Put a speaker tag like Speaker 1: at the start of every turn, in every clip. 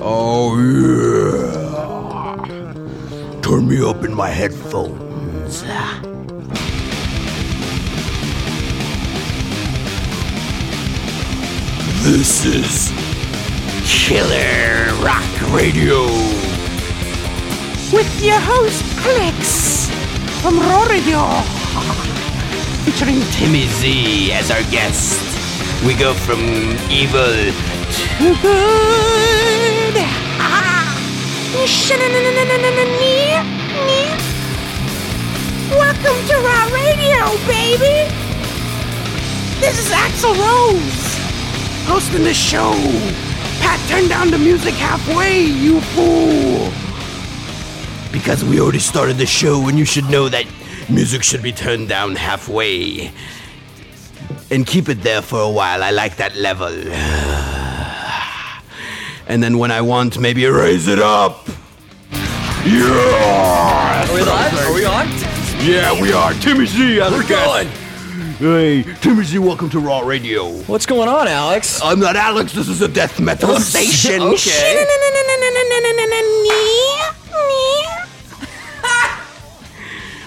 Speaker 1: Oh, yeah. Turn me up in my headphones. This is Killer Rock Radio.
Speaker 2: with your host Alex from Roridio, featuring
Speaker 1: Timmy Z as our guest. We go from evil
Speaker 2: Too Good. Ah. Welcome to Raw Radio, baby. This is Axel Rose hosting the show. Pat, turn down the music halfway, you fool.
Speaker 1: Because we already started the show, and you should know that music should be turned down halfway. And keep it there for a while. I like that level. And then when I want, maybe raise it up. Yeah!
Speaker 3: Are we live? Are we on?
Speaker 1: Yeah, we are. Timmy Z, as our
Speaker 3: We're going.
Speaker 1: guest. Hey, Timmy Z, welcome to Raw Radio.
Speaker 3: What's going on, Alex?
Speaker 1: I'm not Alex, this is a death metal station.
Speaker 3: Oh, okay.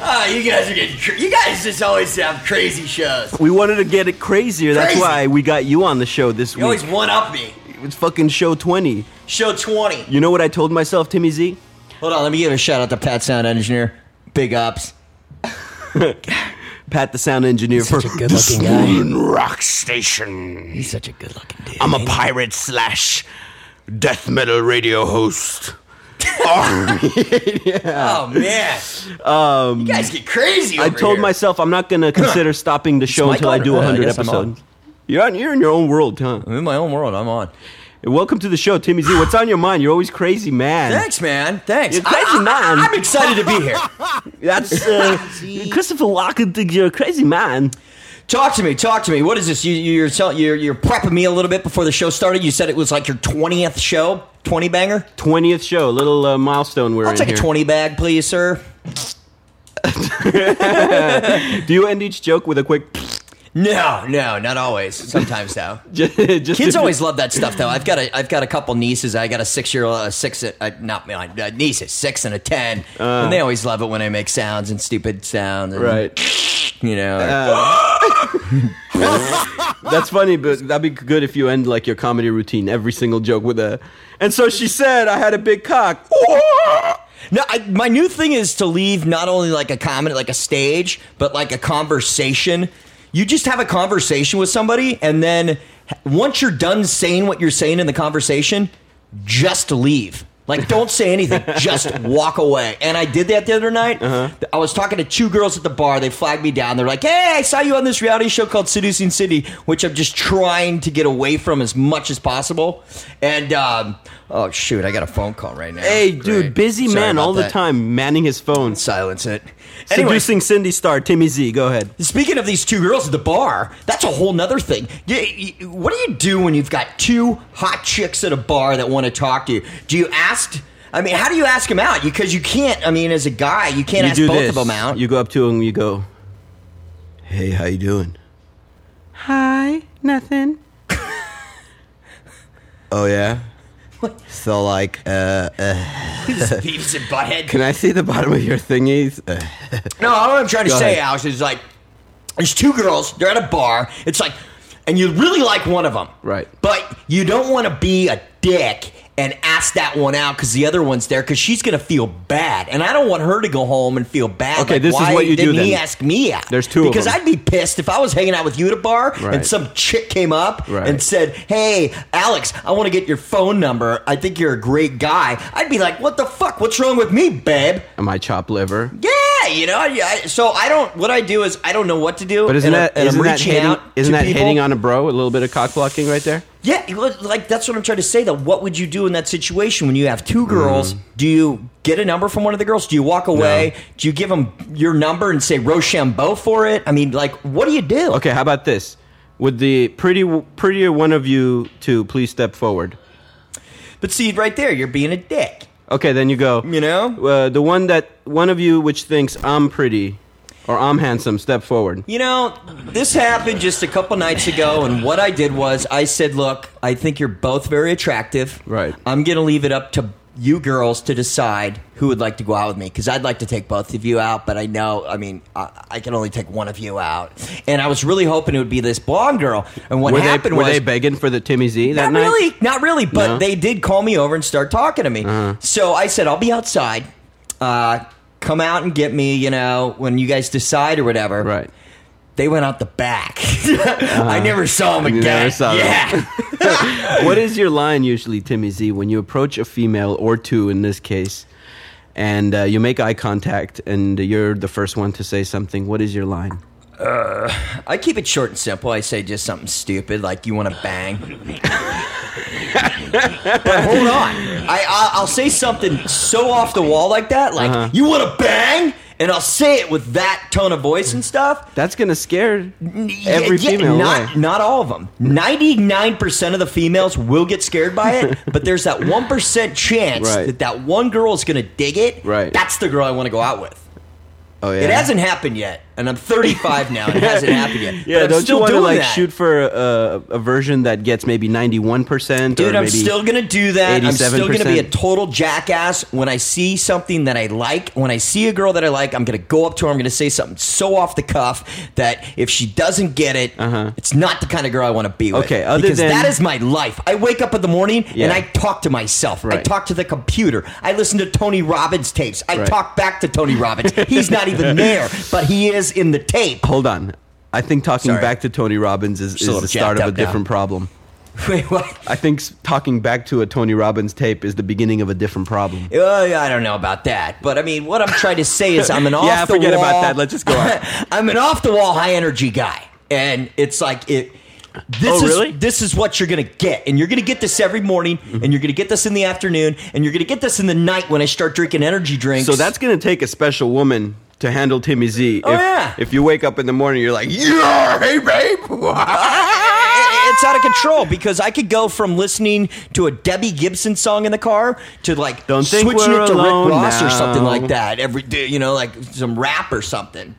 Speaker 3: Ah, you guys are getting. Cr- you guys just always have crazy shows.
Speaker 4: We wanted to get it crazier. That's
Speaker 3: Crazy.
Speaker 4: why we got you on the show this
Speaker 3: You
Speaker 4: week.
Speaker 3: always one up me.
Speaker 4: It's fucking show 20.
Speaker 3: Show twenty.
Speaker 4: You know what I told myself, Timmy Z?
Speaker 3: Hold on, let me give a shout out to Pat Sound Engineer. Big ups.
Speaker 4: Pat, the sound engineer, for
Speaker 3: good-looking
Speaker 1: Swoon Rock Station.
Speaker 3: He's such a good-looking dude.
Speaker 1: I'm a pirate slash death metal radio host. Arr.
Speaker 3: Oh man. Um, you guys get crazy.
Speaker 4: I
Speaker 3: over
Speaker 4: told
Speaker 3: here.
Speaker 4: myself I'm not going to consider stopping the show
Speaker 3: mic
Speaker 4: until I
Speaker 3: on?
Speaker 4: do
Speaker 3: Yeah, I
Speaker 4: 100
Speaker 3: guess I'm on.
Speaker 4: episodes. You're, on, you're in your own world, huh?
Speaker 3: I'm in my own world. I'm on.
Speaker 4: And welcome to the show, Timmy Z. What's on your mind? You're always crazy, man.
Speaker 3: Thanks, man. Thanks.
Speaker 4: You're crazy,
Speaker 3: I,
Speaker 4: man.
Speaker 3: I, am excited to be here.
Speaker 4: That's uh, Christopher Walken. You're a crazy man.
Speaker 3: Talk to me. Talk to me. What is this? You, you're, tell, you're you're prepping me a little bit before the show started. You said it was like your twentieth show, twenty banger.
Speaker 4: 20th show, little uh, milestone we're
Speaker 3: I'll
Speaker 4: in
Speaker 3: take
Speaker 4: here.
Speaker 3: a twenty bag, please, sir.
Speaker 4: Do you end each joke with a quick?
Speaker 3: No, no, not always. Sometimes though.
Speaker 4: just, just
Speaker 3: Kids always love that stuff though. I've got a I've got a couple nieces. I got a six year old, a six, uh, not my uh, nieces, six and a ten, and they always love it when I make sounds and stupid sounds. And,
Speaker 4: right.
Speaker 3: You know.
Speaker 4: That's
Speaker 3: Ah.
Speaker 4: funny, but that'd be good if you end like your comedy routine every single joke with a. And so she said, "I had a big cock."
Speaker 3: No, I, my new thing is to leave not only like a comment, like a stage, but like a conversation. You just have a conversation with somebody, and then h- once you're done saying what you're saying in the conversation, just leave. Like, don't say anything. just walk away. And I did that the other night. I was talking to two girls at the bar. They flagged me down. They're like, "Hey, I saw you on this reality show called Seducing City, which I'm just trying to get away from as much as possible." And um, oh shoot, I got a phone call right now.
Speaker 4: Hey,
Speaker 3: Great.
Speaker 4: dude, busy
Speaker 3: Sorry
Speaker 4: man
Speaker 3: about
Speaker 4: all the
Speaker 3: that.
Speaker 4: time, manning his phone.
Speaker 3: Silence it. Anyway,
Speaker 4: Seducing Cindy star Timmy Z. Go ahead.
Speaker 3: speaking of these two girls at the bar, that's a whole nother thing. You- you- What do you do when you've got two hot chicks at a bar that want to talk to you? Do you ask? I mean, how do you ask them out? Because you can't. I mean, as a guy, you can't
Speaker 4: you
Speaker 3: ask
Speaker 4: do
Speaker 3: both
Speaker 4: this.
Speaker 3: of them out.
Speaker 4: You go up to him. You go, "Hey, how you doing?"
Speaker 2: Hi, nothing.
Speaker 4: Oh yeah. So like, uh,
Speaker 3: Beavis and butthead.
Speaker 4: can I see the bottom of your thingies? Uh,
Speaker 3: No, all I'm trying to
Speaker 4: Go
Speaker 3: say,
Speaker 4: ahead.
Speaker 3: Alex, is like there's two girls. They're at a bar. It's like, and you really like one of them,
Speaker 4: Right.
Speaker 3: But you don't want to be a dick and ask that one out because the other one's there because she's gonna feel bad, and I don't want her to go home and feel bad.
Speaker 4: Okay,
Speaker 3: like,
Speaker 4: this is
Speaker 3: why
Speaker 4: what you do
Speaker 3: didn't He
Speaker 4: then.
Speaker 3: asked me out.
Speaker 4: There's two of
Speaker 3: because
Speaker 4: them.
Speaker 3: I'd be pissed if I was hanging out with you at a bar
Speaker 4: Right.
Speaker 3: and some chick came up
Speaker 4: Right.
Speaker 3: and said, "Hey, Alex, I want to get your phone number. I think you're a great guy." I'd be like, "What the fuck? What's wrong with me, babe?"
Speaker 4: Am I chop liver?
Speaker 3: Yeah, you know. I, I- so I don't. What I do is I don't know what to do.
Speaker 4: But isn't
Speaker 3: and
Speaker 4: that
Speaker 3: I, and
Speaker 4: isn't
Speaker 3: I'm
Speaker 4: that
Speaker 3: reaching
Speaker 4: hating,
Speaker 3: out
Speaker 4: isn't
Speaker 3: to
Speaker 4: that
Speaker 3: people.
Speaker 4: hating on a bro? A little bit of cock blocking right there.
Speaker 3: Yeah, you look- like that's what I'm trying to say. Though, what would you do in that situation when you have
Speaker 4: Mm-hmm.
Speaker 3: two girls? Do you get a number from one of the girls? Do you walk away? Do you give them your number and say Rochambeau for it? I mean, like, what do you do?
Speaker 4: Okay, how about this? Would the pretty prettier one of you two please step forward?
Speaker 3: But see, right there, you're being a dick.
Speaker 4: Okay, then you go.
Speaker 3: You know?
Speaker 4: uh, the one that one of you which thinks I'm pretty, Or I'm handsome, step forward.
Speaker 3: You know, this happened just a couple nights ago, and what I did was I said, Look, I think you're both very attractive.
Speaker 4: Right.
Speaker 3: I'm going to leave it up to you girls to decide who would like to go out with me because I'd like to take both of you out, but I know, I mean, I, I can only take one of you out. And I was really hoping it would be this blonde girl. And what
Speaker 4: were they,
Speaker 3: happened
Speaker 4: were
Speaker 3: was.
Speaker 4: they begging for the Timmy Z that
Speaker 3: not
Speaker 4: night?
Speaker 3: really, not really, but
Speaker 4: No? Uh-huh.
Speaker 3: they did call me over and start talking to me. So I said, I'll be outside. Uh, come out and get me, you know, when you guys decide or whatever
Speaker 4: Right.
Speaker 3: they went out the back. I never saw them
Speaker 4: Uh-huh. You
Speaker 3: again.
Speaker 4: never saw them.
Speaker 3: yeah.
Speaker 4: what is your line usually, Timmy Z, when you approach a female or two in this case, and uh, you make eye contact and you're the first one to say something? What is your line?
Speaker 3: I keep it short and simple. I say just something stupid like you want to bang. but hold on, I, I I'll say something so off the wall like that, like
Speaker 4: Uh-huh.
Speaker 3: you want to bang, and I'll say it with that tone of voice and stuff.
Speaker 4: That's gonna scare every
Speaker 3: Yeah, yeah,
Speaker 4: female.
Speaker 3: Not,
Speaker 4: away.
Speaker 3: not all of them. 99% of the females will get scared by it, but there's that 1% chance
Speaker 4: Right.
Speaker 3: that that one girl is going to dig it.
Speaker 4: Right.
Speaker 3: That's the girl I want to go out with.
Speaker 4: Oh yeah.
Speaker 3: It hasn't happened yet, and I'm 35 now. and It hasn't happened yet.
Speaker 4: Yeah,
Speaker 3: but I'm
Speaker 4: don't
Speaker 3: still
Speaker 4: you want to
Speaker 3: doing
Speaker 4: like
Speaker 3: that.
Speaker 4: shoot for a, a version that gets maybe ninety one percent?
Speaker 3: Dude,
Speaker 4: or
Speaker 3: I'm
Speaker 4: maybe,
Speaker 3: still gonna do that. I'm still gonna be a
Speaker 4: 87%.
Speaker 3: total jackass when I see something that I like. When I see a girl that I like, I'm gonna go up to her. I'm gonna say something so off the cuff that if she doesn't get it, it's not the kind of girl I want to be with.
Speaker 4: Uh-huh. Okay, other
Speaker 3: because
Speaker 4: than-
Speaker 3: that is my life. I wake up in the morning
Speaker 4: Yeah.
Speaker 3: and I talk to myself. I
Speaker 4: Right.
Speaker 3: talk to the computer. I listen to Tony Robbins tapes. I
Speaker 4: Right.
Speaker 3: talk back to Tony Robbins. He's not even there, but he is in the tape.
Speaker 4: Hold on. I think talking
Speaker 3: Sorry.
Speaker 4: back to Tony Robbins is,
Speaker 3: a
Speaker 4: is
Speaker 3: little
Speaker 4: the start
Speaker 3: jacked
Speaker 4: of a
Speaker 3: up now.
Speaker 4: different problem.
Speaker 3: Wait, what?
Speaker 4: I think s- talking back to a Tony Robbins tape is the beginning of a different problem.
Speaker 3: Uh, I don't know about that, but I mean, what I'm trying to say is I'm an off
Speaker 4: Yeah,
Speaker 3: the
Speaker 4: forget about
Speaker 3: wall-
Speaker 4: that. Let's just go on.
Speaker 3: I'm an off the wall, high energy guy, and it's like it. This
Speaker 4: Oh,
Speaker 3: is
Speaker 4: really?
Speaker 3: this is what you're gonna get, and you're gonna get this every morning, and you're gonna get this in the afternoon, and you're gonna get this in the night when I start drinking energy drinks.
Speaker 4: So that's going to take a special woman to handle Timmy Z.
Speaker 3: Oh,
Speaker 4: if,
Speaker 3: yeah.
Speaker 4: if you wake up in the morning, you're like, yeah, hey, babe.
Speaker 3: I- it's out of control because I could go from listening to a Debbie Gibson song in the car to like
Speaker 4: Don't think
Speaker 3: switching
Speaker 4: we're
Speaker 3: it to Rick
Speaker 4: alone
Speaker 3: Ross or
Speaker 4: now.
Speaker 3: something like that every day, you know, like some rap or something.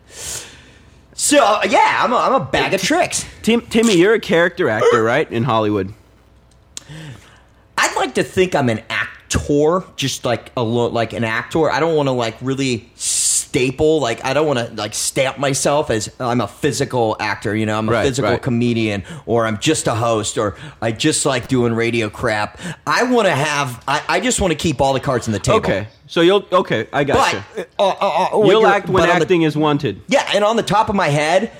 Speaker 3: So uh, yeah, I'm a, I'm a bag of tricks.
Speaker 4: Tim, Timmy, you're a character actor, right, in Hollywood?
Speaker 3: I'd like to think I'm an actor, just like a lo- like an actor. I don't want to like really staple like I don't want to like stamp myself as I'm a physical actor. You know, I'm a
Speaker 4: Right,
Speaker 3: physical
Speaker 4: right.
Speaker 3: comedian, or I'm just a host, or I just like doing radio crap. I want to have. I, I just want to keep all the cards on the table.
Speaker 4: Okay. So you'll, okay, I
Speaker 3: but
Speaker 4: gotcha.
Speaker 3: uh, uh, uh,
Speaker 4: you'll
Speaker 3: you're-
Speaker 4: act when
Speaker 3: but on the-
Speaker 4: acting is wanted.
Speaker 3: yeah, and on the top of my head,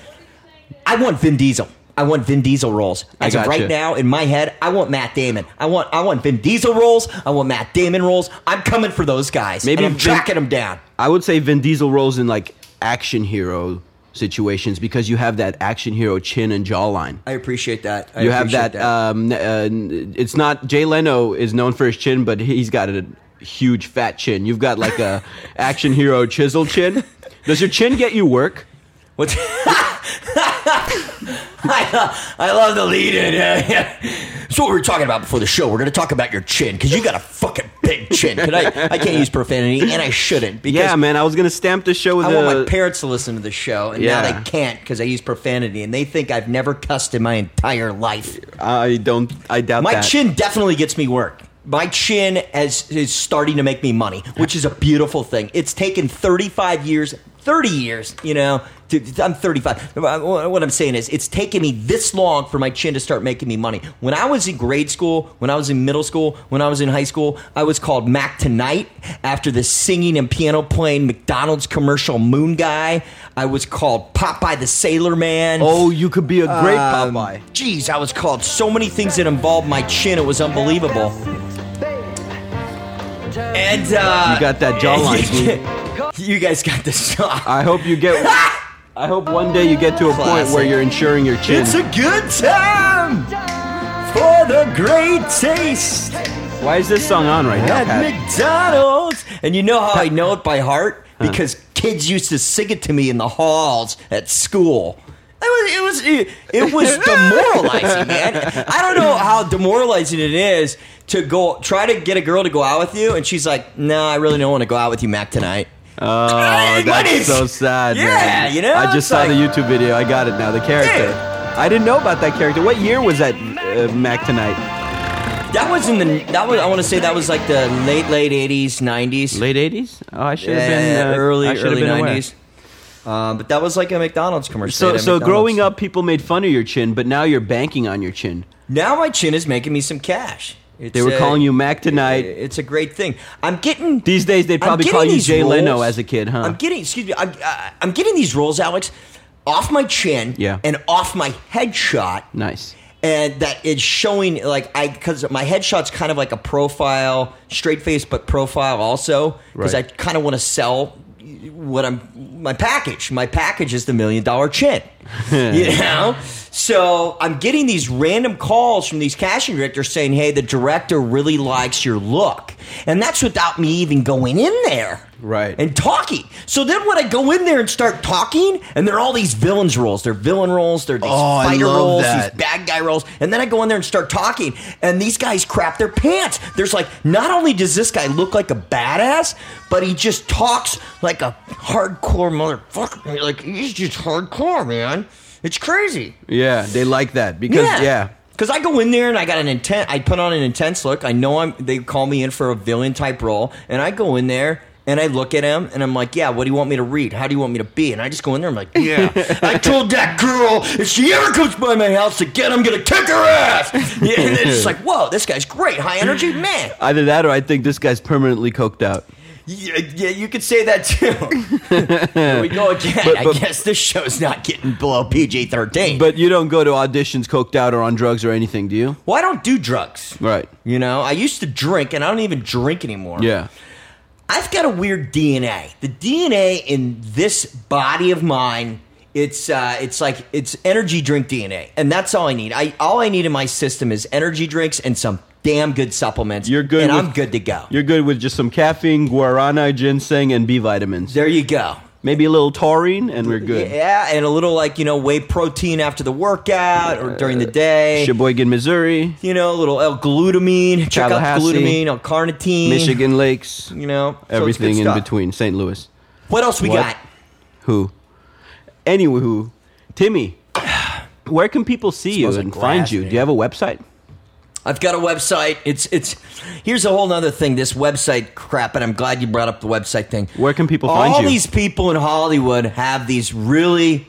Speaker 3: I want Vin Diesel. I want Vin Diesel roles. As of
Speaker 4: gotcha.
Speaker 3: right now, in my head, I want Matt Damon. I want I want Vin Diesel roles. I want Matt Damon roles. I'm coming for those guys.
Speaker 4: Maybe
Speaker 3: Maybe I'm
Speaker 4: Vin-
Speaker 3: tracking them down.
Speaker 4: I would say Vin Diesel roles in like action hero situations because you have that action hero chin and jawline.
Speaker 3: I appreciate that. I
Speaker 4: you have
Speaker 3: appreciate
Speaker 4: that. Um, uh, it's not Jay Leno is known for his chin, but he's got a huge fat chin. You've got like a action hero chisel chin. Does your chin get you work?
Speaker 3: What's- I, lo- I love the lead in. Yeah, yeah. So what we were talking about before the show, we're going to talk about your chin because you got a fucking big chin. Can I, I can't use profanity and I shouldn't because
Speaker 4: Yeah, man. I was gonna stamp the show with
Speaker 3: I
Speaker 4: a.
Speaker 3: want my parents to listen to the show, and now
Speaker 4: Yeah.
Speaker 3: they can't because I use profanity, and they think I've never cussed in my entire life.
Speaker 4: I don't. I doubt
Speaker 3: My
Speaker 4: that.
Speaker 3: chin definitely gets me work. My chin has, is starting to make me money, which is a beautiful thing. It's taken 35 years, 30 years, you know. To, I'm 35. What I'm saying is, it's taken me this long for my chin to start making me money. When I was in grade school, when I was in middle school, when I was in high school, I was called Mac Tonight after the singing and piano playing McDonald's commercial Moon Guy. I was called Popeye the Sailor Man.
Speaker 4: Oh, you could be a great
Speaker 3: Um,
Speaker 4: Popeye.
Speaker 3: Jeez, I was called so many things that involved my chin. It was unbelievable. And uh,
Speaker 4: You got that jawline,
Speaker 3: you guys got the shot.
Speaker 4: I hope you get. I hope one day you get to a point where
Speaker 3: Classic.
Speaker 4: you're insuring your chin.
Speaker 3: It's a good time for the great taste
Speaker 4: Why is this song on right now?
Speaker 3: at
Speaker 4: Pat?
Speaker 3: McDonald's. And you know how I know it by heart because kids used to sing it to me in the halls at school. It was it was it, it was demoralizing, man. I don't know how demoralizing it is to go try to get a girl to go out with you, and she's like, "No, I really don't want to go out with you, Mac, tonight."
Speaker 4: Oh,
Speaker 3: Hey, money!
Speaker 4: that's so sad.
Speaker 3: Yeah,
Speaker 4: man.
Speaker 3: you know,
Speaker 4: I
Speaker 3: it's
Speaker 4: just saw the
Speaker 3: like-
Speaker 4: YouTube video. I got it now. The character. I didn't know about that character. What year was that uh, Mac tonight?
Speaker 3: That was in the that was I want to say that was like the late late eighties nineties.
Speaker 4: Late eighties. Oh, I should have
Speaker 3: Yeah,
Speaker 4: been uh,
Speaker 3: early
Speaker 4: I should have
Speaker 3: early
Speaker 4: been aware.
Speaker 3: nineties. Uh, but that was like a McDonald's commercial.
Speaker 4: So,
Speaker 3: They had a
Speaker 4: so
Speaker 3: McDonald's.
Speaker 4: growing up, people made fun of your chin, but now you're banking on your chin.
Speaker 3: now my chin is making me some cash. It's
Speaker 4: They were
Speaker 3: a-
Speaker 4: calling you Mac tonight.
Speaker 3: It's a great thing. I'm getting
Speaker 4: These days, they
Speaker 3: I'm
Speaker 4: probably
Speaker 3: getting
Speaker 4: call you
Speaker 3: these
Speaker 4: Jay
Speaker 3: roles-
Speaker 4: Leno as a kid, huh?
Speaker 3: I'm getting excuse me. I'm, I- I'm getting these roles, Alex, off my chin,
Speaker 4: Yeah.
Speaker 3: and off my headshot.
Speaker 4: nice.
Speaker 3: and that it's showing like I because my headshot's kind of like a profile, straight face, but profile also because
Speaker 4: Right.
Speaker 3: I kind of want to sell what I'm my package. My package is the million dollar chin, you know. So I'm getting these random calls from these casting directors saying, "Hey, the director really likes your look," and that's without me even going in there,
Speaker 4: Right.
Speaker 3: And talking. So then when I go in there and start talking, and they're all these villains roles. They're villain roles. They're these
Speaker 1: Oh, I
Speaker 3: fighter
Speaker 1: love
Speaker 3: roles.
Speaker 1: that.
Speaker 3: These bad guy roles. And then I go in there and start talking, and these guys crap their pants. There's like, not only does this guy look like a badass, but he just talks like a hardcore motherfucker. Like, he's just hardcore, man. It's crazy.
Speaker 4: Yeah, they like that because yeah.
Speaker 3: Because I go in there and I got an intent. I put on an intense look. I know I'm. They call me in for a villain type role, and I go in there and I look at him and I'm like, "Yeah, what do you want me to read? How do you want me to be?" And I just go in there. I'm like, "Yeah." I told that girl if she ever comes by my house again, I'm gonna kick her ass. Yeah, and it's just like, "Whoa, this guy's great, high energy man."
Speaker 4: Either that or I think this guy's permanently coked out.
Speaker 3: Yeah, yeah you could say that too. Here we go again.
Speaker 4: but-
Speaker 3: I guess this show's not getting below PG thirteen.
Speaker 4: But you don't go to auditions coked out or on drugs or anything, do you?
Speaker 3: well, I don't do drugs.
Speaker 4: Right.
Speaker 3: You know, I used to drink and I don't even drink anymore.
Speaker 4: Yeah.
Speaker 3: I've got a weird DNA. The DNA in this body of mine, it's uh, it's like it's energy drink DNA, and that's all I need. I all I need in my system is energy drinks and some damn good supplements.
Speaker 4: You're good
Speaker 3: and
Speaker 4: with-
Speaker 3: I'm good to go.
Speaker 4: You're good with just some caffeine, guarana, ginseng, and B vitamins.
Speaker 3: There you go.
Speaker 4: Maybe a little taurine, and we're good.
Speaker 3: Yeah, and a little like you know whey protein after the workout or during the day.
Speaker 4: Sheboygan, Missouri,
Speaker 3: you know, a little L-glutamine. Check out
Speaker 4: Tallahassee,
Speaker 3: glutamine, L-carnitine,
Speaker 4: Michigan Lakes,
Speaker 3: You know, so it's good
Speaker 4: everything in
Speaker 3: stuff.
Speaker 4: between. St. Louis.
Speaker 3: What else we
Speaker 4: What?
Speaker 3: got?
Speaker 4: Who? Anywho, Timmy, where can people see you
Speaker 3: Smells like
Speaker 4: and
Speaker 3: grass,
Speaker 4: find you?
Speaker 3: man.
Speaker 4: Do you have a website?
Speaker 3: I've got a website. It's it's here's a whole nother thing. This website crap, and I'm glad you brought up the website thing.
Speaker 4: Where can people
Speaker 3: All
Speaker 4: find you?
Speaker 3: these people in Hollywood have these really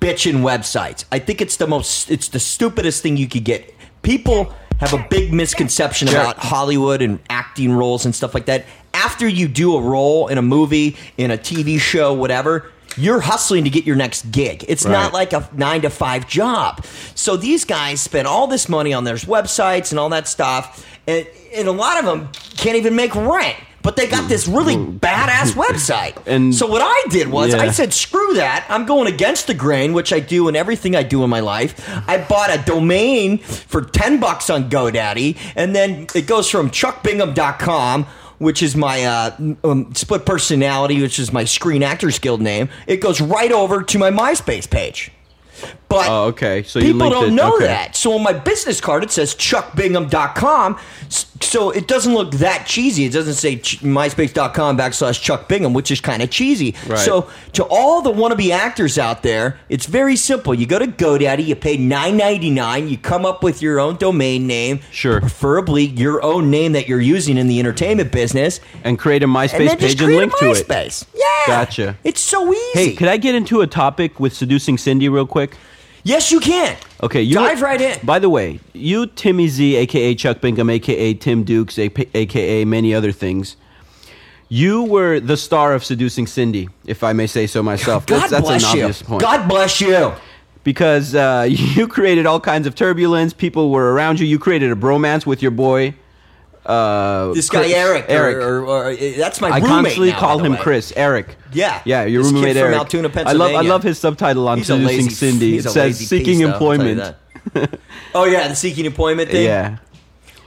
Speaker 3: bitchin' websites. I think it's the most it's the stupidest thing you could get. People have a big misconception about Hollywood and acting roles and stuff like that. After you do a role in a movie, in a TV show, whatever, you're hustling to get your next gig. It's
Speaker 4: Right.
Speaker 3: not like like a nine to five job. So these guys spend all this money on their websites and all that stuff, and, and a lot of them can't even make rent. But they got this really badass website.
Speaker 4: And-
Speaker 3: so what I did was I
Speaker 4: Yeah.
Speaker 3: said, screw that. I'm going against the grain, which I do in everything I do in my life. I bought a domain for 10 bucks on GoDaddy, and then it goes from chuckbingham.com. Which is my uh, um, split personality, which is my Screen Actors Guild name. It goes right over to my MySpace page. But
Speaker 4: Oh, okay. So you
Speaker 3: people
Speaker 4: linked
Speaker 3: don't
Speaker 4: it.
Speaker 3: know
Speaker 4: Okay.
Speaker 3: that. So on my business card, it says chuckbingham.com. S- So it doesn't look that cheesy. It doesn't say ch- myspace.com backslash Chuck Bingham, which is kind of cheesy.
Speaker 4: Right.
Speaker 3: So to all the wannabe actors out there, it's very simple. You go to GoDaddy, you pay nine ninety nine, you come up with your own domain name,
Speaker 4: Sure.
Speaker 3: preferably your own name that you're using in the entertainment business,
Speaker 4: And create a MySpace
Speaker 3: and then
Speaker 4: page
Speaker 3: just
Speaker 4: and
Speaker 3: create
Speaker 4: link
Speaker 3: a
Speaker 4: to it.
Speaker 3: MySpace. Yeah,
Speaker 4: Gotcha.
Speaker 3: It's so easy.
Speaker 4: Hey, could I get into a topic with seducing Cindy real quick?
Speaker 3: yes, you can.
Speaker 4: Okay, you
Speaker 3: dive right in.
Speaker 4: By the way, you Timmy Z, aka Chuck Bingham, aka Tim Dukes, ap- aka many other things. You were the star of seducing Cindy, if I may say so myself.
Speaker 3: God
Speaker 4: that's that's
Speaker 3: bless
Speaker 4: an
Speaker 3: you.
Speaker 4: obvious point.
Speaker 3: God bless you.
Speaker 4: Because uh, you created all kinds of turbulence. People were around you. You created a bromance with your boy. Uh,
Speaker 3: This guy
Speaker 4: Chris-
Speaker 3: Eric,
Speaker 4: Eric.
Speaker 3: Eric, or, or- or- that's my
Speaker 4: I
Speaker 3: roommate.
Speaker 4: constantly
Speaker 3: now,
Speaker 4: call
Speaker 3: by the
Speaker 4: him
Speaker 3: way.
Speaker 4: Chris. Eric.
Speaker 3: Yeah,
Speaker 4: Yeah, your
Speaker 3: this kid
Speaker 4: roommate
Speaker 3: from
Speaker 4: Eric. I
Speaker 3: Altoona,
Speaker 4: love I
Speaker 3: Pennsylvania.
Speaker 4: love his subtitle on
Speaker 3: He's a
Speaker 4: seducing
Speaker 3: lazy.
Speaker 4: Cindy.
Speaker 3: he's a
Speaker 4: it says
Speaker 3: lazy
Speaker 4: seeking
Speaker 3: piece, though, I'll tell you
Speaker 4: employment.
Speaker 3: that. oh yeah, the seeking employment thing.
Speaker 4: Yeah.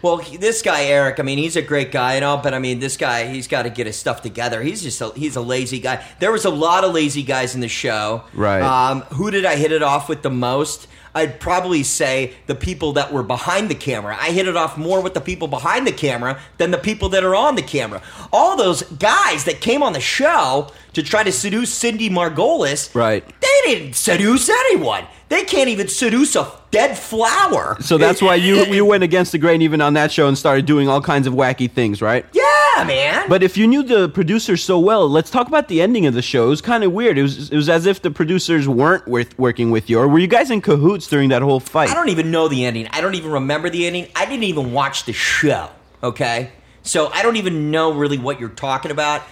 Speaker 3: Well, he, this guy Eric, I mean, he's a great guy and all, but I mean, this guy, he's got to get his stuff together. He's just a, he's a lazy guy. There was a lot of lazy guys in the show.
Speaker 4: Right.
Speaker 3: Um, who did I hit it off with the most? I'd probably say the people that were behind the camera. I hit it off more with the people behind the camera than the people that are on the camera. All those guys that came on the show to try to seduce Cindy Margolis,
Speaker 4: Right.
Speaker 3: They didn't seduce anyone. They can't even seduce a dead flower.
Speaker 4: So that's why you you went against the grain even on that show and started doing all kinds of wacky things, right?
Speaker 3: Yeah, man.
Speaker 4: But if you knew the producers so well, let's talk about the ending of the show. It was kind of weird. It was it was as if the producers weren't with, working with you, or were you guys in cahoots during that whole fight?
Speaker 3: I don't even know the ending. I don't even remember the ending. I didn't even watch the show. Okay, so I don't even know really what you're talking about.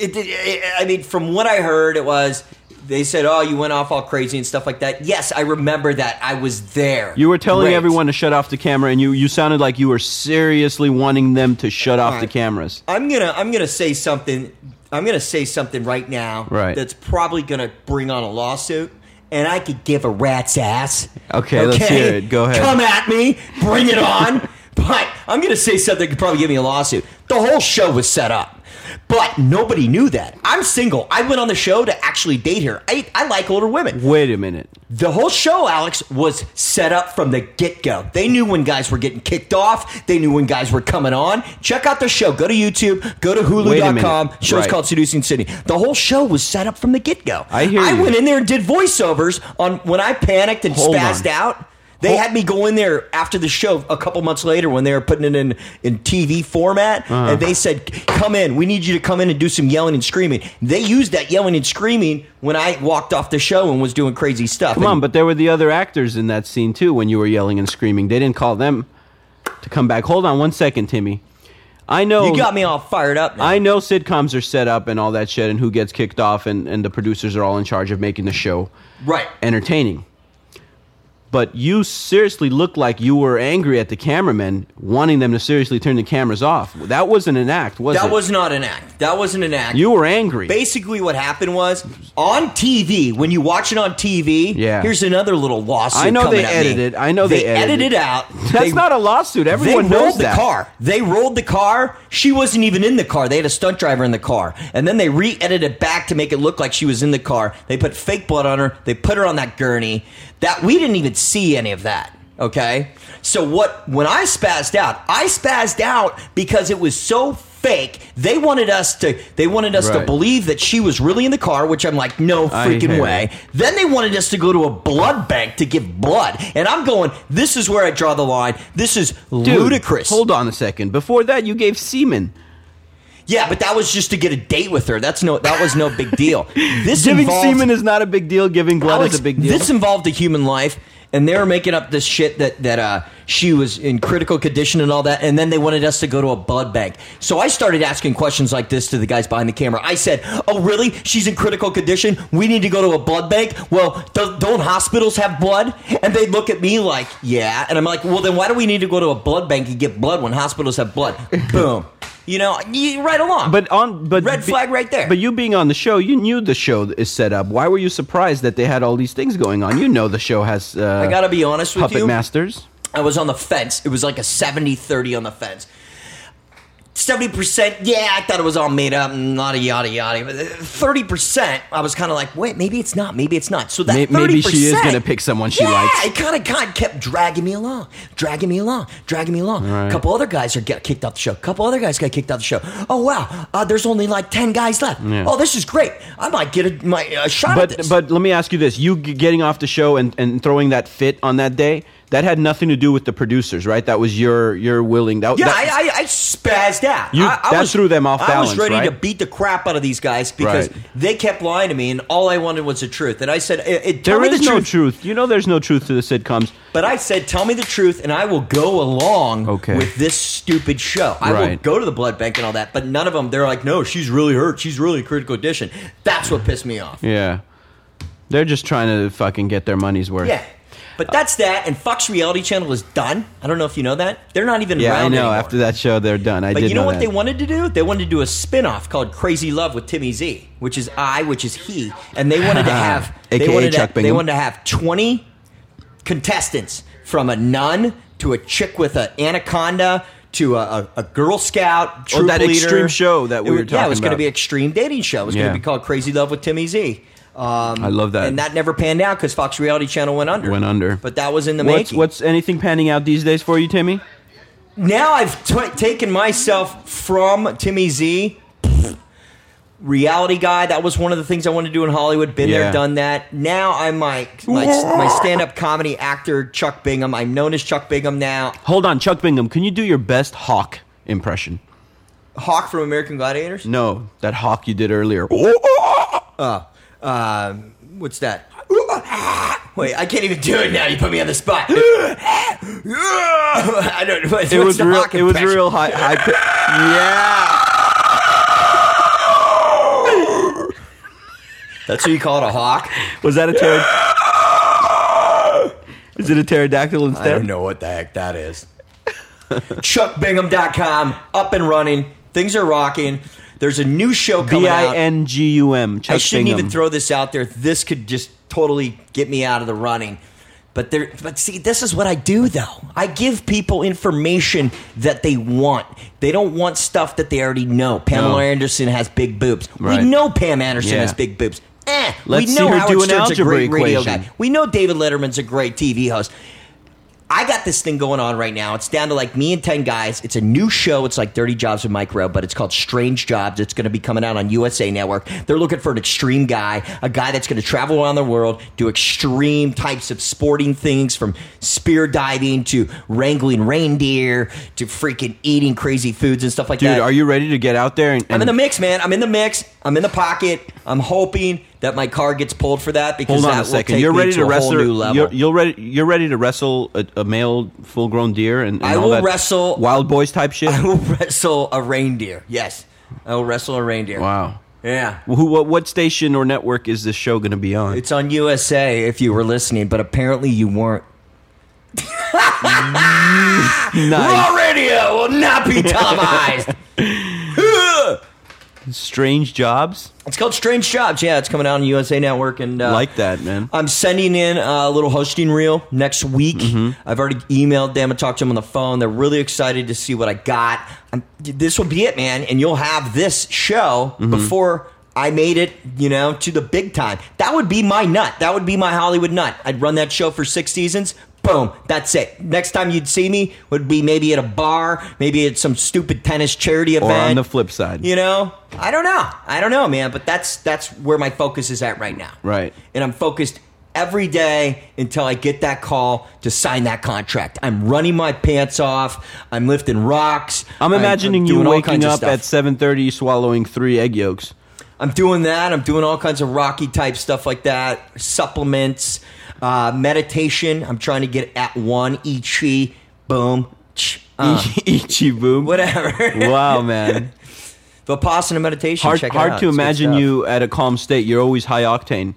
Speaker 3: It, it- it- I mean, from what I heard, it was they said, "Oh, you went off all crazy and stuff like that." Yes, I remember that. I was there.
Speaker 4: You were telling
Speaker 3: Great.
Speaker 4: everyone to shut off the camera, and you, you sounded like you were seriously wanting them to shut off the
Speaker 3: Alright.
Speaker 4: cameras.
Speaker 3: I'm gonna I'm gonna say something. I'm gonna say something right now.
Speaker 4: Right.
Speaker 3: That's probably gonna bring on a lawsuit, and I could give a rat's ass.
Speaker 4: Okay, let's hear it. Go ahead.
Speaker 3: Come at me. Bring it on. but I'm gonna say something that could probably give me a lawsuit. The whole show was set up. But nobody knew that. I'm single. I went on the show to actually date her. I, I like older women.
Speaker 4: Wait a minute.
Speaker 3: The whole show, Alex, was set up from the get go. They knew when guys were getting kicked off. They knew when guys were coming on. Check out the show. Go to YouTube. Go to
Speaker 4: Wait a minute.
Speaker 3: Hulu.com. Show's
Speaker 4: Right.
Speaker 3: called Seducing City. The whole show was set up from the get go.
Speaker 4: I hear
Speaker 3: I
Speaker 4: you.
Speaker 3: went in there and did voiceovers on when I panicked and
Speaker 4: Hold
Speaker 3: spazzed
Speaker 4: on.
Speaker 3: out. They
Speaker 4: Hol-
Speaker 3: had me go in there after the show a couple months later when they were putting it in in TV format,
Speaker 4: Uh-huh.
Speaker 3: and they said, "Come in. We need you to come in and do some yelling and screaming." They used that yelling and screaming when I walked off the show and was doing crazy stuff.
Speaker 4: Come
Speaker 3: And-
Speaker 4: on, but there were the other actors in that scene too when you were yelling and screaming. They didn't call them to come back. Hold on one second, Timmy. I know
Speaker 3: You got me all fired up. Now.
Speaker 4: I know sitcoms are set up and all that shit and who gets kicked off and, and the producers are all in charge of making the show
Speaker 3: right.
Speaker 4: entertaining. But you seriously looked like you were angry at the cameramen, wanting them to seriously turn the cameras off. That wasn't an act, was
Speaker 3: that
Speaker 4: it?
Speaker 3: was not an act. That wasn't an act.
Speaker 4: you were angry.
Speaker 3: basically what happened was on TV when you watch it on TV.
Speaker 4: Yeah.
Speaker 3: Here's another little lawsuit.
Speaker 4: I know
Speaker 3: coming
Speaker 4: they
Speaker 3: at me.
Speaker 4: edited. I know they edited.
Speaker 3: edited out.
Speaker 4: That's
Speaker 3: They-
Speaker 4: not a lawsuit. Everyone
Speaker 3: they rolled
Speaker 4: knows
Speaker 3: the
Speaker 4: that.
Speaker 3: car. They rolled the car. She wasn't even in the car. They had a stunt driver in the car, and then they re-edited back to make it look like she was in the car. They put fake blood on her. They put her on that gurney. That we didn't even see any of that. Okay, so what? When I spazzed out, I spazzed out because it was so fake. They wanted us to. They wanted us to
Speaker 4: Right.
Speaker 3: believe that she was really in the car, which I'm like, no
Speaker 4: I
Speaker 3: freaking
Speaker 4: hear
Speaker 3: way.
Speaker 4: you.
Speaker 3: Then they wanted us to go to a blood bank to give blood. And I'm going, this is where I draw the line. This is
Speaker 4: Dude,
Speaker 3: ludicrous.
Speaker 4: Hold on a second. Before that, you gave semen.
Speaker 3: Yeah, but that was just to get a date with her. That's no that was no big deal. This
Speaker 4: Giving
Speaker 3: involved,
Speaker 4: semen is not a big deal. Giving blood
Speaker 3: Alex,
Speaker 4: is a big deal.
Speaker 3: This involved a human life. And they were making up this shit that that uh, she was in critical condition and all that, and then they wanted us to go to a blood bank. So I started asking questions like this to the guys behind the camera. I said, "Oh, really? She's in critical condition. We need to go to a blood bank. Well, do don't hospitals have blood?" And they look at me like, "Yeah," and I'm like, "Well, then why do we need to go to a blood bank and get blood when hospitals have blood?" Boom. You know, you, right along.
Speaker 4: but on but
Speaker 3: Red
Speaker 4: be-
Speaker 3: flag right there.
Speaker 4: But you being on the show, you knew the show is set up. Why were you surprised that they had all these things going on? You know the show has. Uh,
Speaker 3: I gotta be honest with
Speaker 4: puppet
Speaker 3: you.
Speaker 4: masters.
Speaker 3: I was on the fence. It was like a 70 30 on the fence. 70%, yeah, I thought it was all made up and yada, yada, yada. But uh, 30%, I was kind of like, wait, maybe it's not. Maybe it's not. So that
Speaker 4: May-
Speaker 3: 30%.
Speaker 4: maybe she is gonna pick someone she
Speaker 3: yeah,
Speaker 4: likes.
Speaker 3: it kind of God kept dragging me along, dragging me along, dragging me along.
Speaker 4: Right.
Speaker 3: A couple other guys are get kicked off the show. A couple other guys got kicked off the show. Oh, wow. Uh, there's only like 10 guys left.
Speaker 4: Yeah.
Speaker 3: Oh, this is great. I might get a, my, a shot at
Speaker 4: But
Speaker 3: this.
Speaker 4: but let me ask you this: you g- getting off the show and, and throwing that fit on that day that had nothing to do with the producers, right? That was your your willing. That,
Speaker 3: Yeah,
Speaker 4: that-
Speaker 3: I, I, I spazzed out.
Speaker 4: You-
Speaker 3: I, I
Speaker 4: that threw them off
Speaker 3: I was
Speaker 4: balance,
Speaker 3: ready to
Speaker 4: right?
Speaker 3: beat the crap out of these guys because
Speaker 4: Right.
Speaker 3: they kept lying to me, and all I wanted was the truth. And I said, it, it, "Tell
Speaker 4: there
Speaker 3: me
Speaker 4: is
Speaker 3: the
Speaker 4: no
Speaker 3: truth."
Speaker 4: truth. You know, there's no truth to the sitcoms.
Speaker 3: But I said, "Tell me the truth, and I will go along
Speaker 4: Okay.
Speaker 3: with this stupid show. I will
Speaker 4: Right.
Speaker 3: go to the blood bank and all that." But none of them. They're like, "No, she's really hurt. She's really in critical condition." That's what pissed me off.
Speaker 4: Yeah, they're just trying to fucking get their money's worth.
Speaker 3: Yeah. But that's that, and Fox Reality Channel is done. I don't know if you know that. They're not even
Speaker 4: yeah,
Speaker 3: around
Speaker 4: I know.
Speaker 3: anymore.
Speaker 4: After that show, they're done. I
Speaker 3: But
Speaker 4: did
Speaker 3: you know, what
Speaker 4: that.
Speaker 3: they wanted to do? They wanted to do a spin-off called Crazy Love with Timmy Z, which is I, which is he, and they wanted to have they
Speaker 4: AKA
Speaker 3: wanted to,
Speaker 4: Chuck
Speaker 3: they
Speaker 4: Bingham.
Speaker 3: wanted to have 20 contestants from a nun to a chick with an anaconda to a, a, a Girl Scout troop
Speaker 4: Oh, that
Speaker 3: leader.
Speaker 4: extreme show that we
Speaker 3: It
Speaker 4: were
Speaker 3: was- Yeah, it was
Speaker 4: talking
Speaker 3: going to
Speaker 4: about.
Speaker 3: be an extreme dating show. It was
Speaker 4: Yeah.
Speaker 3: going to be called Crazy Love with Timmy Z. Um,
Speaker 4: I love that.
Speaker 3: and that never panned out because Fox Reality Channel went under.
Speaker 4: Went under.
Speaker 3: but that was in the
Speaker 4: What's,
Speaker 3: making.
Speaker 4: what's anything panning out these days for you, Timmy?
Speaker 3: now I've t- taken myself from Timmy Z. Reality guy. That was one of the things I wanted to do in Hollywood. Been
Speaker 4: Yeah.
Speaker 3: there, done that. Now I'm my my, my stand up comedy actor Chuck Bingham. I'm known as Chuck Bingham now.
Speaker 4: Hold on, Chuck Bingham. Can you do your best hawk impression?
Speaker 3: Hawk from American Gladiators.
Speaker 4: No, that hawk you did earlier.
Speaker 3: Um, what's that? Wait, I can't even do it now. You put me on the spot. I don't. What's,
Speaker 4: it
Speaker 3: what's
Speaker 4: was
Speaker 3: the
Speaker 4: real.
Speaker 3: Hawk
Speaker 4: It was
Speaker 3: impression?
Speaker 4: real high. high pi- yeah.
Speaker 3: That's what you call it, a hawk.
Speaker 4: Was that a pter- Is it a pterodactyl instead?
Speaker 3: I don't know what the heck that is. ChuckBingham.com, up and running. Things are rocking. There's a new show coming
Speaker 4: B
Speaker 3: out.
Speaker 4: i n g u m.
Speaker 3: I shouldn't even throw this out there. This could just totally get me out of the running. But there, but see, this is what I do though. I give people information that they want. They don't want stuff that they already know. Pamela
Speaker 4: No.
Speaker 3: Anderson has big boobs.
Speaker 4: Right.
Speaker 3: We know Pam Anderson
Speaker 4: Yeah.
Speaker 3: has big boobs. Eh,
Speaker 4: Let's
Speaker 3: we
Speaker 4: see
Speaker 3: know
Speaker 4: her
Speaker 3: Howard
Speaker 4: do an
Speaker 3: Stern's a
Speaker 4: algebra
Speaker 3: great radio
Speaker 4: equation.
Speaker 3: guy. We know David Letterman's a great TV host. I got this thing going on right now. It's down to like me and 10 guys. It's a new show. It's like Dirty Jobs with Mike Rowe, but it's called Strange Jobs. It's going to be coming out on USA Network. They're looking for an extreme guy, a guy that's going to travel around the world, do extreme types of sporting things from spear diving to wrangling reindeer to freaking eating crazy foods and stuff like
Speaker 4: Dude,
Speaker 3: that.
Speaker 4: are you ready to get out there? And,
Speaker 3: I'm in the mix, man. I'm in the mix. I'm in the pocket. I'm hoping that my car gets pulled for that because
Speaker 4: Hold
Speaker 3: that
Speaker 4: on a
Speaker 3: will
Speaker 4: second.
Speaker 3: take
Speaker 4: You're
Speaker 3: me
Speaker 4: ready
Speaker 3: to,
Speaker 4: to
Speaker 3: a
Speaker 4: wrestle.
Speaker 3: whole new level.
Speaker 4: You're, you're ready. You're ready to wrestle a, a male, full-grown deer, and, and
Speaker 3: I
Speaker 4: all
Speaker 3: will
Speaker 4: that
Speaker 3: wrestle-
Speaker 4: wild boys type shit.
Speaker 3: I will wrestle a reindeer. Yes, I will wrestle a reindeer.
Speaker 4: wow.
Speaker 3: Yeah.
Speaker 4: Who? What, what station or network is this show going to be on?
Speaker 3: It's on USA if you were listening, but apparently you weren't. Raw radio will not be televised.
Speaker 4: Strange jobs.
Speaker 3: it's called Strange Jobs. Yeah, it's coming out on USA Network and uh,
Speaker 4: like that, man.
Speaker 3: I'm sending in a little hosting reel next week.
Speaker 4: Mm-hmm.
Speaker 3: I've already emailed them and talked to them on the phone. They're really excited to see what I got. I'm, this will be it, man. And you'll have this show
Speaker 4: Mm-hmm.
Speaker 3: before I made it, you know, to the big time. That would be my nut. That would be my Hollywood nut. I'd run that show for six seasons. Boom, that's it. Next time you'd see me would be maybe at a bar, maybe at some stupid tennis charity
Speaker 4: or
Speaker 3: event.
Speaker 4: on the flip side.
Speaker 3: You know, I don't know. I don't know, man. But that's that's where my focus is at right now.
Speaker 4: Right.
Speaker 3: And I'm focused every day until I get that call to sign that contract. I'm running my pants off. I'm lifting rocks.
Speaker 4: I'm imagining
Speaker 3: doing
Speaker 4: you
Speaker 3: all
Speaker 4: waking
Speaker 3: kinds of
Speaker 4: up
Speaker 3: stuff.
Speaker 4: at 7:30, swallowing three egg yolks.
Speaker 3: I'm doing that. I'm doing all kinds of rocky type stuff like that. Supplements, uh, meditation. I'm trying to get at one ichi. Boom. Ch- Uh,
Speaker 4: Ichi boom.
Speaker 3: whatever.
Speaker 4: Wow, man.
Speaker 3: Vipassana meditation.
Speaker 4: hard
Speaker 3: Check it
Speaker 4: hard
Speaker 3: out.
Speaker 4: to
Speaker 3: It's good
Speaker 4: imagine
Speaker 3: stuff.
Speaker 4: you at a calm state. You're always high octane.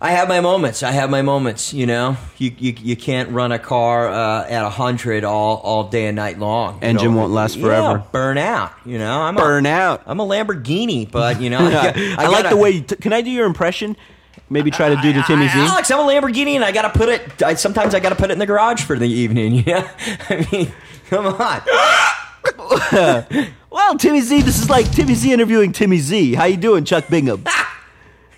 Speaker 3: I have my moments. I have my moments. You know, you you, you can't run a car uh, at hundred all all day and night long. you
Speaker 4: Engine
Speaker 3: know?
Speaker 4: won't last
Speaker 3: Yeah,
Speaker 4: forever.
Speaker 3: burn out. You know, I'm
Speaker 4: Burn
Speaker 3: A,
Speaker 4: out.
Speaker 3: I'm a Lamborghini, but you know, Oh, I, got-
Speaker 4: I, like
Speaker 3: gotta-
Speaker 4: the way. You t- can I do your impression? Maybe try to do the Timmy Z.
Speaker 3: I- Alex, I'm a Lamborghini, and I gotta put it. I, sometimes I gotta put it in the garage for the evening. You know, I mean, come on.
Speaker 4: Well, Timmy Z, this is like Timmy Z interviewing Timmy Z. How you doing, Chuck Bingham?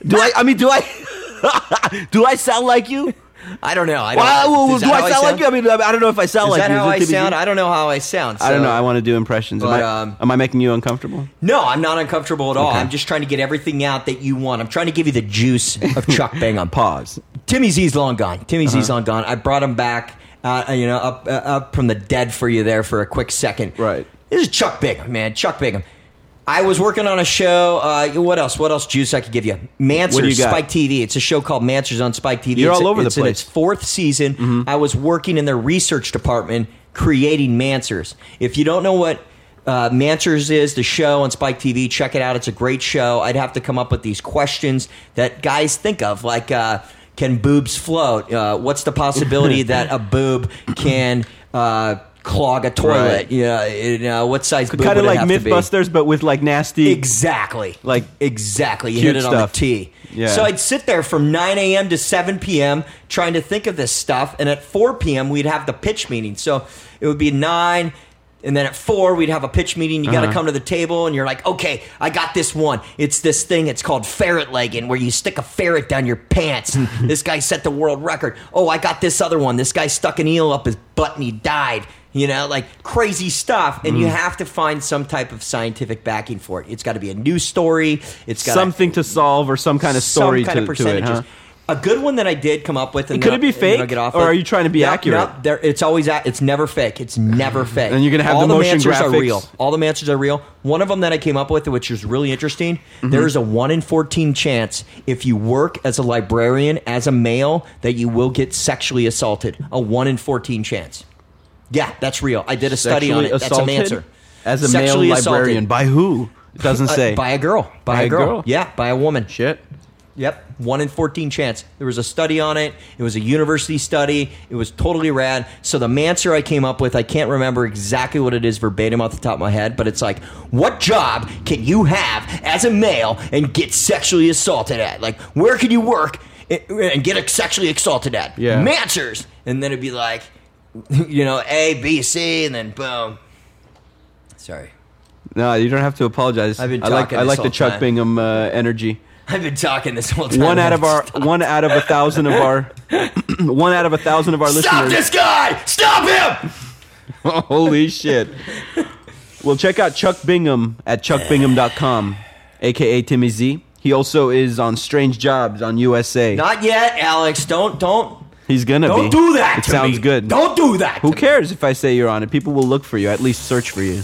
Speaker 4: do I? I mean, do I? do I sound like you?
Speaker 3: I don't know. I don't,
Speaker 4: Well,
Speaker 3: is
Speaker 4: do
Speaker 3: that
Speaker 4: I
Speaker 3: how
Speaker 4: sound like you? I mean, I I don't know if I sound
Speaker 3: Is
Speaker 4: like
Speaker 3: that
Speaker 4: you.
Speaker 3: how
Speaker 4: it
Speaker 3: I
Speaker 4: Timmy Z?
Speaker 3: sound? I don't know how I sound.
Speaker 4: I don't
Speaker 3: so-
Speaker 4: know. I want to do impressions.
Speaker 3: But,
Speaker 4: am, I,
Speaker 3: um,
Speaker 4: am I making you uncomfortable?
Speaker 3: No, I'm not uncomfortable at all.
Speaker 4: Okay.
Speaker 3: I'm just trying to get everything out that you want. I'm trying to give you the juice of Chuck Bingham.
Speaker 4: Pause.
Speaker 3: Timmy Z's long gone. Timmy Z's
Speaker 4: Uh-huh.
Speaker 3: long gone. I brought him back, uh, you know, up uh, up from the dead for you there for a quick second.
Speaker 4: Right.
Speaker 3: This is Chuck Bingham, man. Chuck Bingham. I was working on a show. Uh, what else? What else juice I could give you?
Speaker 4: What do you
Speaker 3: Mansers,
Speaker 4: got?
Speaker 3: Spike TV. It's a show called Mansers on Spike TV.
Speaker 4: You're
Speaker 3: It's-
Speaker 4: all over the
Speaker 3: it's in
Speaker 4: place.
Speaker 3: its fourth season.
Speaker 5: Mm-hmm.
Speaker 3: I was working in their research department creating Mansers. If you don't know what uh, Mansers is, the show on Spike TV, check it out. It's a great show. I'd have to come up with these questions that guys think of, like uh, can boobs float? Uh, what's the possibility that a boob can uh, clog a toilet.
Speaker 4: Right.
Speaker 3: Yeah, it, uh, what size? boob
Speaker 5: kind of
Speaker 3: would it
Speaker 5: like
Speaker 3: have to be?
Speaker 5: Mythbusters, but with like nasty.
Speaker 3: Exactly.
Speaker 5: Like,
Speaker 3: exactly. You
Speaker 5: cute
Speaker 3: hit it on the
Speaker 5: stuff.
Speaker 3: T.
Speaker 5: Yeah.
Speaker 3: So I'd sit there from 9 a.m. to 7 p.m. trying to think of this stuff, and at 4 p.m. we'd have the pitch meeting. So it would be nine. And then at four, we'd have a pitch meeting. You got to come to the table, and you're like, "Okay, I got this one. It's this thing. It's called ferret legging, where you stick a ferret down your pants, and this guy set the world record. Oh, I got this other one. This guy stuck an eel up his butt, and he died. You know, like crazy stuff. And you have to find some type of scientific backing for it. It's got to be a news story. It's got
Speaker 5: something to solve or some kind of story
Speaker 3: some kind
Speaker 5: to,
Speaker 3: of
Speaker 5: to it,
Speaker 3: percentages.
Speaker 5: huh?
Speaker 3: A good one that I did come up with. And
Speaker 5: Could
Speaker 3: then
Speaker 5: it be
Speaker 3: I'll- and then I'll
Speaker 5: fake,
Speaker 3: get off
Speaker 5: or
Speaker 3: it.
Speaker 5: are you trying to be
Speaker 3: Nope,
Speaker 5: accurate? Mm.
Speaker 3: nope, there- it's always a- it's never fake. It's never fake.
Speaker 5: And you're gonna have
Speaker 3: all
Speaker 5: the motion
Speaker 3: answers are
Speaker 5: graphics.
Speaker 3: real. All the answers are real. One of them that I came up with, which is really interesting.
Speaker 5: Mm-hmm.
Speaker 3: there is a one in fourteen chance if you work as a librarian as a male that you will get sexually assaulted. A one in fourteen chance. Yeah, that's real. I did a study on
Speaker 4: Sexually
Speaker 3: it. That's an
Speaker 4: assaulted?
Speaker 3: answer.
Speaker 4: As a
Speaker 3: Sexually
Speaker 4: male
Speaker 3: assaulted.
Speaker 4: librarian, by who?
Speaker 5: It doesn't
Speaker 3: Uh,
Speaker 5: say.
Speaker 3: by a girl. By,
Speaker 4: By
Speaker 3: a
Speaker 4: a
Speaker 3: girl.
Speaker 4: girl?
Speaker 3: Yeah, by a woman.
Speaker 4: Shit.
Speaker 3: Yep, one in fourteen chance. There was a study on it. It was a university study. It was totally rad. So the answer I came up with, I can't remember exactly what it is verbatim off the top of my head, but it's like, what job can you have as a male and get sexually assaulted at? Like, where can you work and- and get sexually assaulted at?
Speaker 4: Yeah.
Speaker 3: Mansers, and then it'd be like, you know, A, B, C, and then boom. Sorry,
Speaker 4: No, you don't have to apologize.
Speaker 3: I've been
Speaker 4: I like
Speaker 3: talking
Speaker 4: I
Speaker 3: this
Speaker 4: like the
Speaker 3: whole
Speaker 4: Chuck
Speaker 3: time.
Speaker 4: Bingham uh, energy.
Speaker 3: I've been talking this whole time.
Speaker 5: one out of our one out of a thousand of our one out of a thousand of our
Speaker 3: Stop
Speaker 5: listeners.
Speaker 3: this guy! Stop him!
Speaker 5: Holy shit. well, check out Chuck Bingham at chuckbingham.com, aka Timmy Z. He also is on Strange Jobs on USA.
Speaker 3: Not yet, Alex. Don't don't
Speaker 5: He's gonna be.
Speaker 3: don't do that.
Speaker 5: It
Speaker 3: to
Speaker 5: sounds
Speaker 3: me.
Speaker 5: good.
Speaker 3: Don't do that.
Speaker 5: Who
Speaker 3: to me.
Speaker 5: cares if I say you're on it? People will look for you, at least search for you.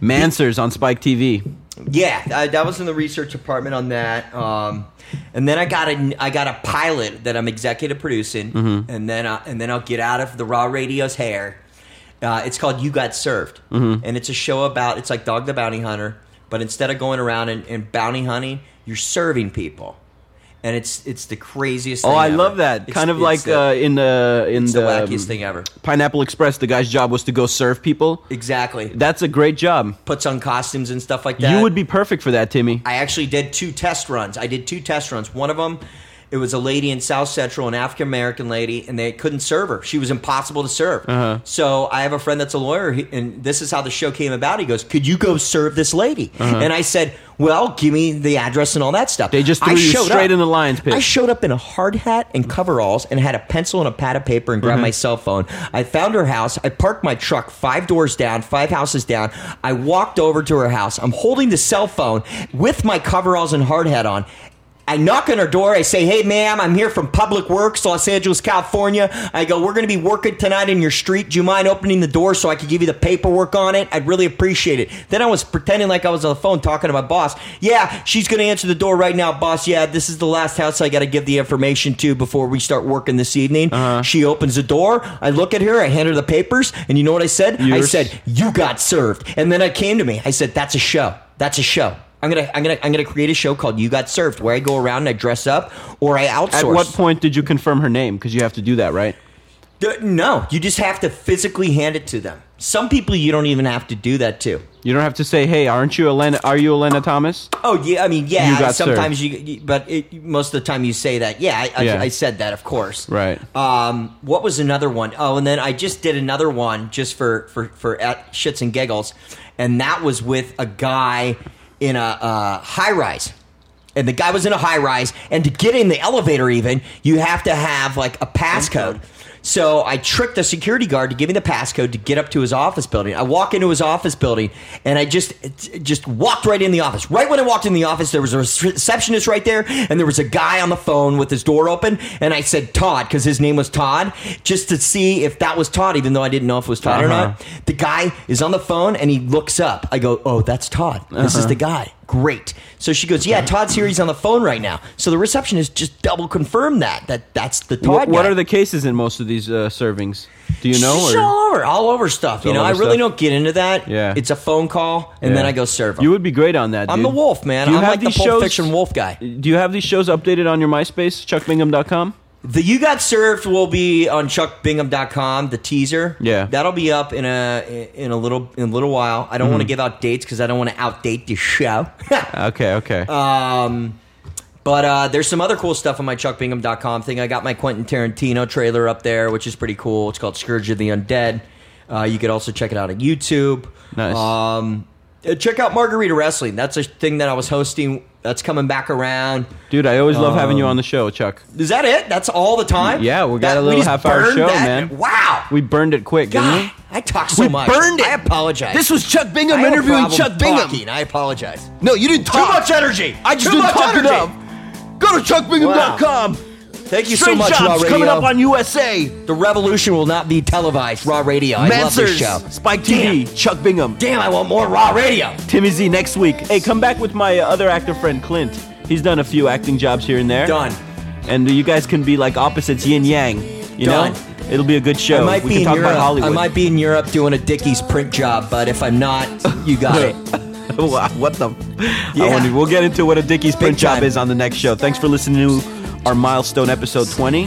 Speaker 5: Mansers on Spike TV.
Speaker 3: Yeah, I, that was in the research department on that. Um, and then I got a I got a pilot that I'm executive producing,
Speaker 5: Mm-hmm.
Speaker 3: and then I, and then I'll get out of the raw radio's hair. Uh, it's called You Got Served,
Speaker 5: Mm-hmm.
Speaker 3: and it's a show about it's like Dog the Bounty Hunter, but instead of going around and, and bounty hunting, you're serving people, and it's it's the craziest.
Speaker 5: Oh,
Speaker 3: thing
Speaker 5: I
Speaker 3: ever.
Speaker 5: love that.
Speaker 3: It's-
Speaker 5: kind of
Speaker 3: it's
Speaker 5: like
Speaker 3: the,
Speaker 5: uh, in the in
Speaker 3: it's
Speaker 5: the,
Speaker 3: the wackiest
Speaker 5: um,
Speaker 3: thing ever.
Speaker 5: Pineapple Express. The guy's job was to go serve people.
Speaker 3: Exactly.
Speaker 5: That's a great job.
Speaker 3: Puts on costumes and stuff like that.
Speaker 5: You would be perfect for that, Timmy.
Speaker 3: I actually did two test runs. I did two test runs. One of them, it was a lady in South Central, an African American lady, and they couldn't serve her. She was impossible to serve.
Speaker 5: Uh-huh.
Speaker 3: So I have a friend that's a lawyer, he- and this is how the show came about. He goes, "Could you go serve this lady?" And I said, "Well, give me the address and all that stuff."
Speaker 5: Uh-huh. They just threw
Speaker 3: I
Speaker 5: you
Speaker 3: showed
Speaker 5: straight
Speaker 3: up.
Speaker 5: in the lion's pit.
Speaker 3: I showed up in a hard hat and coveralls and had a pencil and a pad of paper and grabbed my cell phone. I found her house. I parked my truck five doors down, five houses down. I walked over to her house. I'm holding the cell phone with my coveralls and hard hat on. I knock on her door. I say, "Hey, ma'am, I'm here from Public Works, Los Angeles, California." I go, "We're going to be working tonight in your street. Do you mind opening the door so I could give you the paperwork on it? I'd really appreciate it." Then I was pretending like I was on the phone talking to my boss. Yeah, she's going to answer the door right now, boss. Yeah, this is the last house I got to give the information to before we start working this evening.
Speaker 5: Uh-huh.
Speaker 3: She opens the door. I look at her. I hand her the papers, and you know what I said? I
Speaker 5: Yours.
Speaker 3: said, "You got served." And then it came to me. I said, "That's a show. That's a show." I'm gonna, I'm gonna, I'm gonna create a show called "You Got Served," where I go around and I dress up, or I outsource.
Speaker 5: At what point did you confirm her name? Because you have to do that, right?
Speaker 3: D- No, you just have to physically hand it to them. Some people you don't even have to do that to.
Speaker 5: You don't have to say, "Hey, aren't you Elena? Are you Elena Thomas?"
Speaker 3: Oh yeah, I mean yeah.
Speaker 5: You got
Speaker 3: sometimes you, you- but it, most of the time you say that. Yeah, I, I,
Speaker 5: Yeah.
Speaker 3: I said that, of course.
Speaker 5: Right.
Speaker 3: Um, what was another one? Oh, and then I just did another one just for for for at shits and giggles, and that was with a guy in a uh, high rise. And the guy was in a high rise, and to get in the elevator, even you have to have like a passcode. So I tricked the security guard to give me the passcode to get up to his office building. I walk into his office building and I just just walked right in the office. Right when I walked in the office, there was a receptionist right there and there was a guy on the phone with his door open and I said Todd cuz his name was Todd just to see if that was Todd even though I didn't know if it was Todd or
Speaker 5: Uh-huh.
Speaker 3: not. The guy is on the phone and he looks up. I go, "Oh, that's Todd. This
Speaker 5: Uh-huh.
Speaker 3: is the guy." Great. So she goes, "Yeah, Todd's here. He's on the phone right now." So the receptionist just double confirmed that that that's the Todd.
Speaker 5: What, what
Speaker 3: guy.
Speaker 5: are the cases in most of these uh, servings? Do you know?
Speaker 3: It's all over, all over stuff. You
Speaker 5: all
Speaker 3: know, I
Speaker 5: over
Speaker 3: really
Speaker 5: stuff.
Speaker 3: don't get into that.
Speaker 5: Yeah.
Speaker 3: it's a phone call, and then I go serve 'em.
Speaker 5: You would be great on that.
Speaker 3: I'm
Speaker 5: dude.
Speaker 3: the wolf, man.
Speaker 5: Do you
Speaker 3: I'm
Speaker 5: have
Speaker 3: like the
Speaker 5: these
Speaker 3: Pulp
Speaker 5: shows-
Speaker 3: Fiction wolf guy.
Speaker 5: Do you have these shows updated on your MySpace, chuckbingham.com?
Speaker 3: The You Got Served will be on chuckbingham.com, the teaser.
Speaker 4: Yeah.
Speaker 3: That'll be up in a in a little in a little while. I don't
Speaker 5: Mm-hmm.
Speaker 3: want to give out dates cuz I don't want to outdate the show.
Speaker 4: Okay, okay.
Speaker 3: um but uh, there's some other cool stuff on my chuckbingham.com thing. I got my Quentin Tarantino trailer up there, which is pretty cool. It's called Scourge of the Undead. Uh, you could also check it out on YouTube.
Speaker 4: Nice.
Speaker 3: Um, uh, check out Margarita Wrestling. That's a thing that I was hosting. That's coming back around.
Speaker 4: Dude, I always love
Speaker 3: um,
Speaker 4: having you on the show, Chuck.
Speaker 3: Is that it? That's all the time?
Speaker 4: Yeah, we got
Speaker 3: That-
Speaker 4: a little
Speaker 3: just
Speaker 4: half-hour
Speaker 3: burned
Speaker 4: show,
Speaker 3: that?
Speaker 4: man.
Speaker 3: Wow.
Speaker 4: We burned it quick, didn't
Speaker 3: God,
Speaker 4: we?
Speaker 3: I talked so
Speaker 6: We
Speaker 3: much.
Speaker 6: burned it.
Speaker 3: I apologize.
Speaker 6: This was Chuck Bingham
Speaker 3: I have a
Speaker 6: interviewing
Speaker 3: problem
Speaker 6: Chuck Bingham.
Speaker 3: talking. I apologize.
Speaker 6: No, you didn't talk.
Speaker 3: Too much energy.
Speaker 6: I just
Speaker 3: Too
Speaker 6: didn't
Speaker 3: much
Speaker 6: talk
Speaker 3: energy.
Speaker 6: enough. Go to chuckbingham.com.
Speaker 3: Thank you so
Speaker 6: Straight
Speaker 3: much, Raw
Speaker 6: Jobs
Speaker 3: Radio.
Speaker 6: coming up on USA.
Speaker 3: the revolution will not be televised. Raw Radio. I love this show.
Speaker 6: Mansers, Spike TV, Chuck Bingham.
Speaker 3: Damn, I want more Raw Radio.
Speaker 4: Timmy Z next week. Hey, come back with my uh, other actor friend, Clint. He's done a few acting jobs here and there.
Speaker 3: Done.
Speaker 4: And you guys can be like opposites, yin yang. You
Speaker 3: Done.
Speaker 4: know? It'll be a good
Speaker 3: I
Speaker 4: show.
Speaker 3: might
Speaker 4: we
Speaker 3: be
Speaker 4: can
Speaker 3: in
Speaker 4: talk
Speaker 3: Europe.
Speaker 4: about Hollywood.
Speaker 3: I might be in Europe doing a Dickies print job, but if I'm not, you got it.
Speaker 4: Wow, what the?
Speaker 3: Yeah.
Speaker 4: I wonder, we'll get into what a Dickie's print job
Speaker 3: time.
Speaker 4: is on the next show. Thanks for listening to our milestone episode 20.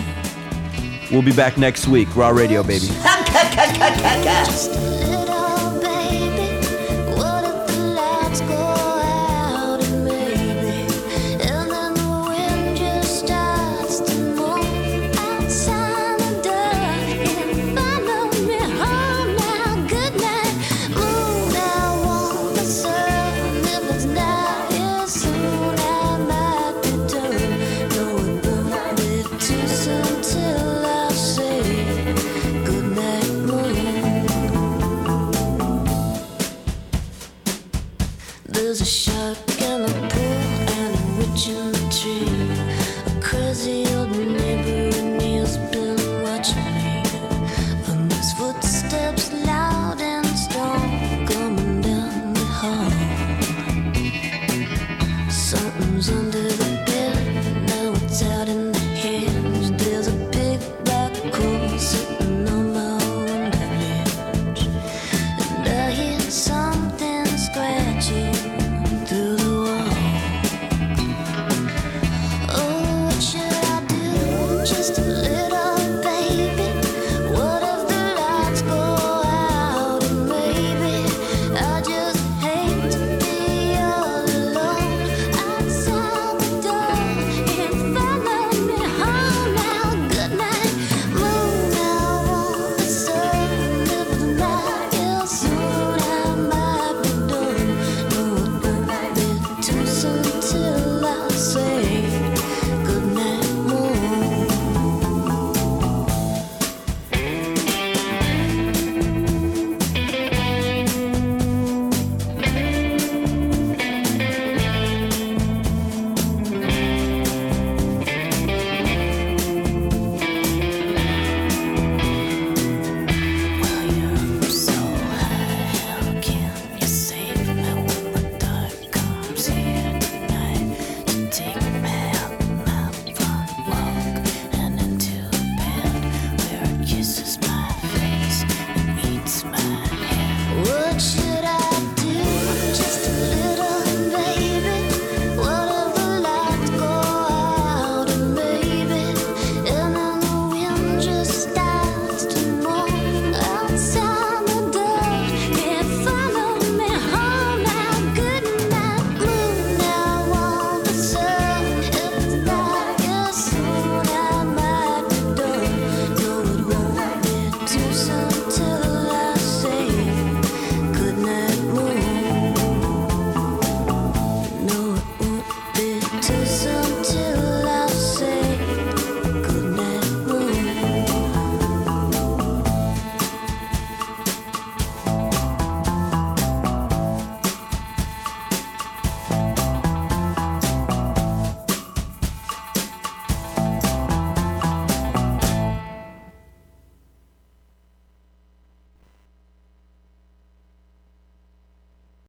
Speaker 4: We'll be back next week. Raw Radio, baby.
Speaker 7: Just a little baby, what if the lights go out and maybe, and then the wind just starts to move outside the door follow me oh home now, good night, moon. I want the sun if it's not here soon. I might be done, knowing but it's too soon till I say good night, moon. There's a shine Oh, oh